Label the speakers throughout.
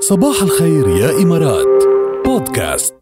Speaker 1: صباح الخير يا إمارات بودكاست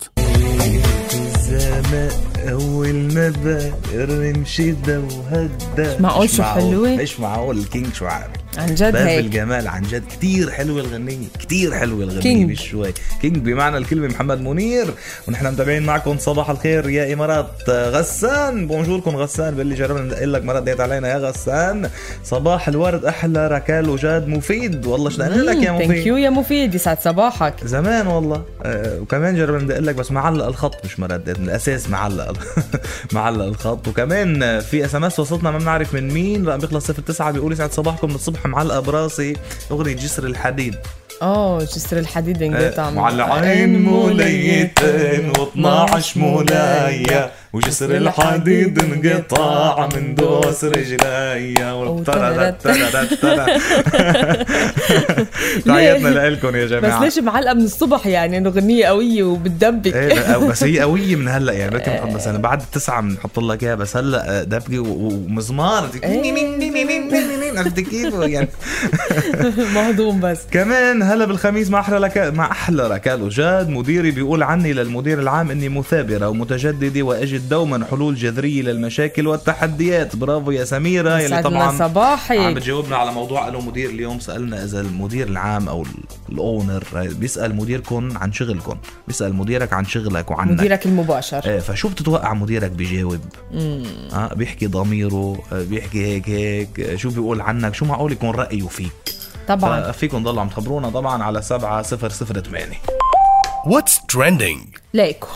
Speaker 2: الزمان اول ما بقر نمشي ده وهدى
Speaker 3: مش معقول شو حلوة.
Speaker 2: مش معقول الكينج شعر
Speaker 3: عن جد
Speaker 2: باب
Speaker 3: هيك
Speaker 2: الجمال عن جد كتير حلوه الغنيه كتير حلوه الغنيه
Speaker 3: كينج.
Speaker 2: مش شوي كينج بمعنى الكلمه محمد منير ونحن متابعين معكم صباح الخير يا امارات غسان بونجوركم غسان باللي جربنا نقول لك مره ديت علينا يا غسان صباح الورد احلى ركال وجاد مفيد والله اشتقنا لك يا مفيد
Speaker 3: ثانك يو يا مفيد يسعد صباحك
Speaker 2: زمان والله آه وكمان جربنا ندق لك بس معلق الخط مش مردد من الاساس معلق ال- معلق الخط وكمان آه، في اس ام اس وصلنا ما بنعرف من مين رقم بيخلص 09 بيقول يسعد صباحكم من الصبح معلقه براسي اغنيه جسر الحديد
Speaker 3: اه جسر الحديد انقطع
Speaker 2: آه، معلقين موليتين و12 مولاية وجسر الحديد انقطع من دوس رجليا والطرد الطرد الطرد تعيطنا لكم يا
Speaker 3: بس
Speaker 2: جماعه
Speaker 3: ليش معلقه من الصبح يعني انه غنيه قويه وبتدبك
Speaker 2: ايه لا، بس هي قويه من هلا يعني
Speaker 3: إيه.
Speaker 2: ركن نحط مثلا بعد التسعه بنحط لك اياها بس هلا دبكه و- ومزمار
Speaker 3: إيه.
Speaker 2: عرفت كيف يعني
Speaker 3: مهضوم بس
Speaker 2: كمان هلا بالخميس مع احلى لك مع احلى ركال وجاد مديري بيقول عني للمدير العام اني مثابره ومتجدده واجد دوما حلول جذريه للمشاكل والتحديات برافو يا سميره يلي
Speaker 3: يسعد لنا
Speaker 2: طبعا عم
Speaker 3: صباحك
Speaker 2: بتجاوبنا على موضوع قالوا مدير اليوم سالنا اذا المدير العام او الاونر بيسال مديركم آه، عن شغلكم بيسال مديرك عن شغلك وعنك
Speaker 3: مديرك المباشر
Speaker 2: آه، فشو بتتوقع مديرك بيجاوب؟ اه بيحكي ضميره، آه، بيحكي هيك هيك، آه، شو بيقول عنك، شو معقول يكون رأيه فيك؟
Speaker 3: طبعا
Speaker 2: فيكم تضلوا عم تخبرونا طبعا على 7008
Speaker 1: What's trending
Speaker 3: ليكو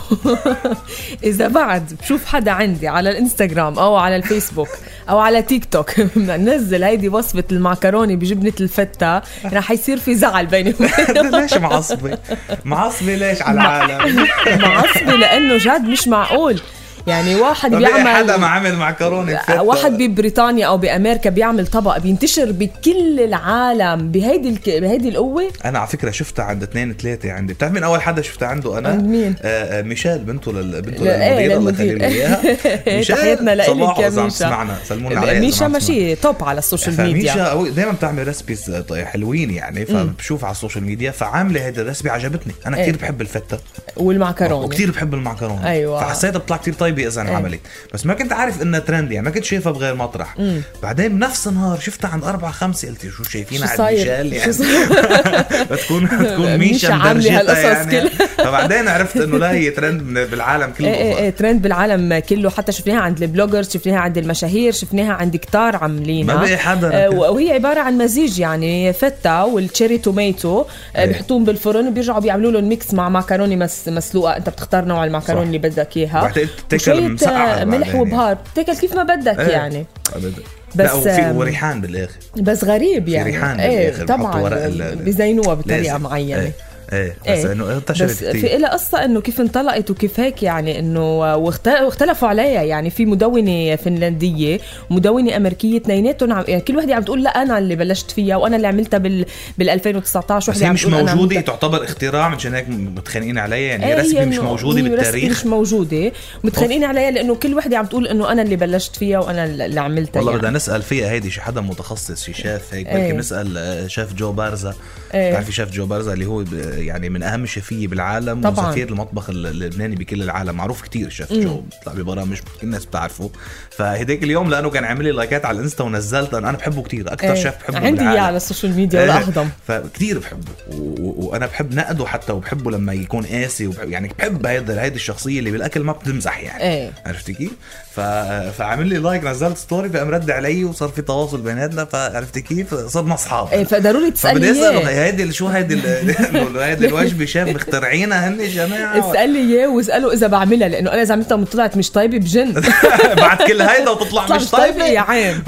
Speaker 3: اذا بعد بشوف حدا عندي على الانستغرام او على الفيسبوك او على تيك توك نزل هيدي وصفه المعكرونه بجبنه الفته رح يصير في زعل بيني وبينه
Speaker 2: ليش معصبة؟ معصبة ليش على العالم؟
Speaker 3: معصبه لانه جد مش معقول يعني واحد
Speaker 2: طبيعي إيه، حدا ما
Speaker 3: بيعمل
Speaker 2: عمل معكرونة بفتة.
Speaker 3: واحد ببريطانيا او بامريكا بيعمل طبق بينتشر بكل العالم بهيدي الك... بهيدي القوه
Speaker 2: انا على فكره شفتها عند اثنين ثلاثه عندي بتعرف مين اول حدا شفتها عنده انا
Speaker 3: عند مين؟
Speaker 2: آه آه، ميشيل بنته لل... بنته
Speaker 3: لا، إيه،
Speaker 2: للمدير الله يخلي له
Speaker 3: للمدير.
Speaker 2: اياها
Speaker 3: إيه، تحياتنا لإلك
Speaker 2: صباحو
Speaker 3: يا
Speaker 2: إذا عم
Speaker 3: ميشا.
Speaker 2: تسمعنا سلمون عليها إذا ما
Speaker 3: ميشا
Speaker 2: عم تسمعنا.
Speaker 3: ماشي توب على السوشيال ميديا
Speaker 2: فميشا دائما بتعمل ريسبيز آه، حلوين يعني فبشوف على السوشيال ميديا فعامله هيدي الريسبي عجبتني انا
Speaker 3: إيه.
Speaker 2: كثير بحب الفته
Speaker 3: والمعكرونه
Speaker 2: وكثير بحب المعكرونه
Speaker 3: أيوة. إيه.
Speaker 2: فحسيتها بتطلع كثير طيبه اذا انعملت بس ما كنت عارف انها ترند يعني ما كنت شايفها بغير مطرح بعدين بنفس النهار شفتها عند أربعة خمسة قلت شو شايفين
Speaker 3: شو
Speaker 2: عند
Speaker 3: صاير؟
Speaker 2: ميشيل يعني
Speaker 3: شو صاير؟
Speaker 2: بتكون بتكون
Speaker 3: ميشا
Speaker 2: ميشا
Speaker 3: عاملة
Speaker 2: مدرجتها
Speaker 3: هالقصص
Speaker 2: يعني
Speaker 3: كلها.
Speaker 2: فبعدين عرفت انه لا هي ترند من- بالعالم كله
Speaker 3: ايه ايه ايه ترند بالعالم كله حتى شفناها عند البلوجرز شفناها عند المشاهير شفناها عند كتار عاملينها
Speaker 2: ما بقي حدا.
Speaker 3: آه، وهي عباره عن مزيج يعني فتة والتشيري توميتو آه،
Speaker 2: إيه.
Speaker 3: بيحطوهم بالفرن وبيرجعوا بيعملوا لهم ميكس مع معكرونه مس مسلوقه انت بتختار نوع المعكرونه
Speaker 2: صح.
Speaker 3: اللي بدك اياها
Speaker 2: وبعتقد بتتاكل
Speaker 3: وشوية، آه،
Speaker 2: مسقعة
Speaker 3: ملح
Speaker 2: بعدين يعني.
Speaker 3: وبهار بتاكل كيف ما بدك
Speaker 2: إيه.
Speaker 3: يعني
Speaker 2: أبدا.
Speaker 3: بس،
Speaker 2: لا وفي
Speaker 3: آم،
Speaker 2: وريحان بالاخر
Speaker 3: بس غريب
Speaker 2: في
Speaker 3: يعني
Speaker 2: ريحان بالآخر،
Speaker 3: ايه
Speaker 2: بحطوا
Speaker 3: طبعا
Speaker 2: ورق ال-
Speaker 3: بيزينوها بطريقه
Speaker 2: لازم.
Speaker 3: معينه
Speaker 2: ايه ايه بس
Speaker 3: إيه.
Speaker 2: انه انتشرت
Speaker 3: بس
Speaker 2: كثير
Speaker 3: في إلها قصة إنه كيف انطلقت وكيف هيك يعني إنه واخت- واختلفوا عليها يعني في مدونة فنلندية ومدونة أمريكية اثنيناتهم عم- يعني كل وحدة عم تقول لا أنا اللي بلشت فيها وأنا اللي عملتها بال بال 2019
Speaker 2: بس
Speaker 3: وحدة
Speaker 2: هي
Speaker 3: عم
Speaker 2: مش
Speaker 3: تقول يعني أنا
Speaker 2: موجوده
Speaker 3: عملتها.
Speaker 2: تعتبر اختراع مشان هيك متخانقين عليها يعني هي
Speaker 3: إيه،
Speaker 2: رسمه
Speaker 3: هي
Speaker 2: مش
Speaker 3: إنه-
Speaker 2: موجوده
Speaker 3: هي رسمة
Speaker 2: بالتاريخ
Speaker 3: مش موجودة متخانقين عليها لأنه كل وحدة عم تقول إنه أنا اللي بلشت فيها وأنا اللي عملتها
Speaker 2: والله
Speaker 3: يعني.
Speaker 2: بدنا نسال فيها هيدي شي حدا متخصص شي شاف هيك
Speaker 3: إيه.
Speaker 2: بلكي نسال آه، شيف جو بارزا
Speaker 3: إيه.
Speaker 2: بتعرفي شيف جو بارزا اللي هو ب- يعني من اهم الشيفيه بالعالم
Speaker 3: طبعاً. إيه.
Speaker 2: وسفير المطبخ ال- اللبناني بكل العالم معروف كتير شيف جو بيطلع ببرامج كل الناس بتعرفه فهديك اليوم لانه كان عامل لي لايكات على الانستا ونزلت انا بحبه كتير اكثر
Speaker 3: إيه.
Speaker 2: شيف بحبه
Speaker 3: عندي إياه
Speaker 2: بالعالم.
Speaker 3: على السوشيال ميديا ولا
Speaker 2: إيه.
Speaker 3: أهضم
Speaker 2: فكتير بحبه و- و- وانا بحب نقده حتى وبحبه لما يكون قاسي وبحب يعني بحب هيدا هيدي الشخصيه اللي بالاكل ما بتمزح يعني
Speaker 3: إيه.
Speaker 2: عرفتي كيف؟ ف... فعامل لي لايك نزلت ستوري فقام رد علي وصار في تواصل بيناتنا فعرفتي كيف؟ صرنا اصحاب
Speaker 3: إيه، فضروري تسألني إيه.
Speaker 2: فبدي
Speaker 3: إياه
Speaker 2: اساله هيدي شو هيدي ال- هيدي الوجبه شاف مخترعينها هن يا جماعه
Speaker 3: اسأل لي إياه واسأله إذا بعملها لأنه أنا إذا عملتها وطلعت مش طيبة بجن
Speaker 2: بعد كل هيدا وتطلع
Speaker 3: طلع
Speaker 2: مش طيبه
Speaker 3: طيب، يا عين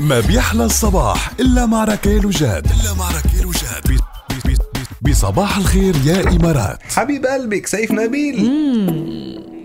Speaker 1: ما بيحلى الصباح إلا مع ركيل وجاد إلا مع ركيل وجاد بي- بي- بي- بي- بصباح الخير يا إمارات
Speaker 2: حبيب قلبك سيف نبيل